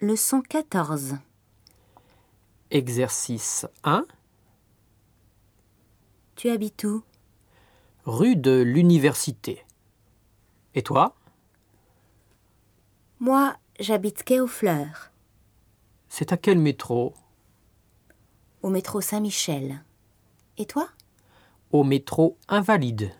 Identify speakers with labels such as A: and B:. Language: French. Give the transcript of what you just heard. A: Leçon 14.
B: Exercice 1.
A: Tu habites où
B: Rue de l'Université. Et toi
A: Moi, j'habite quai aux Fleurs,
B: C'est à quel métro
A: au métro Saint-Michel. Et toi
B: Au métro Invalide.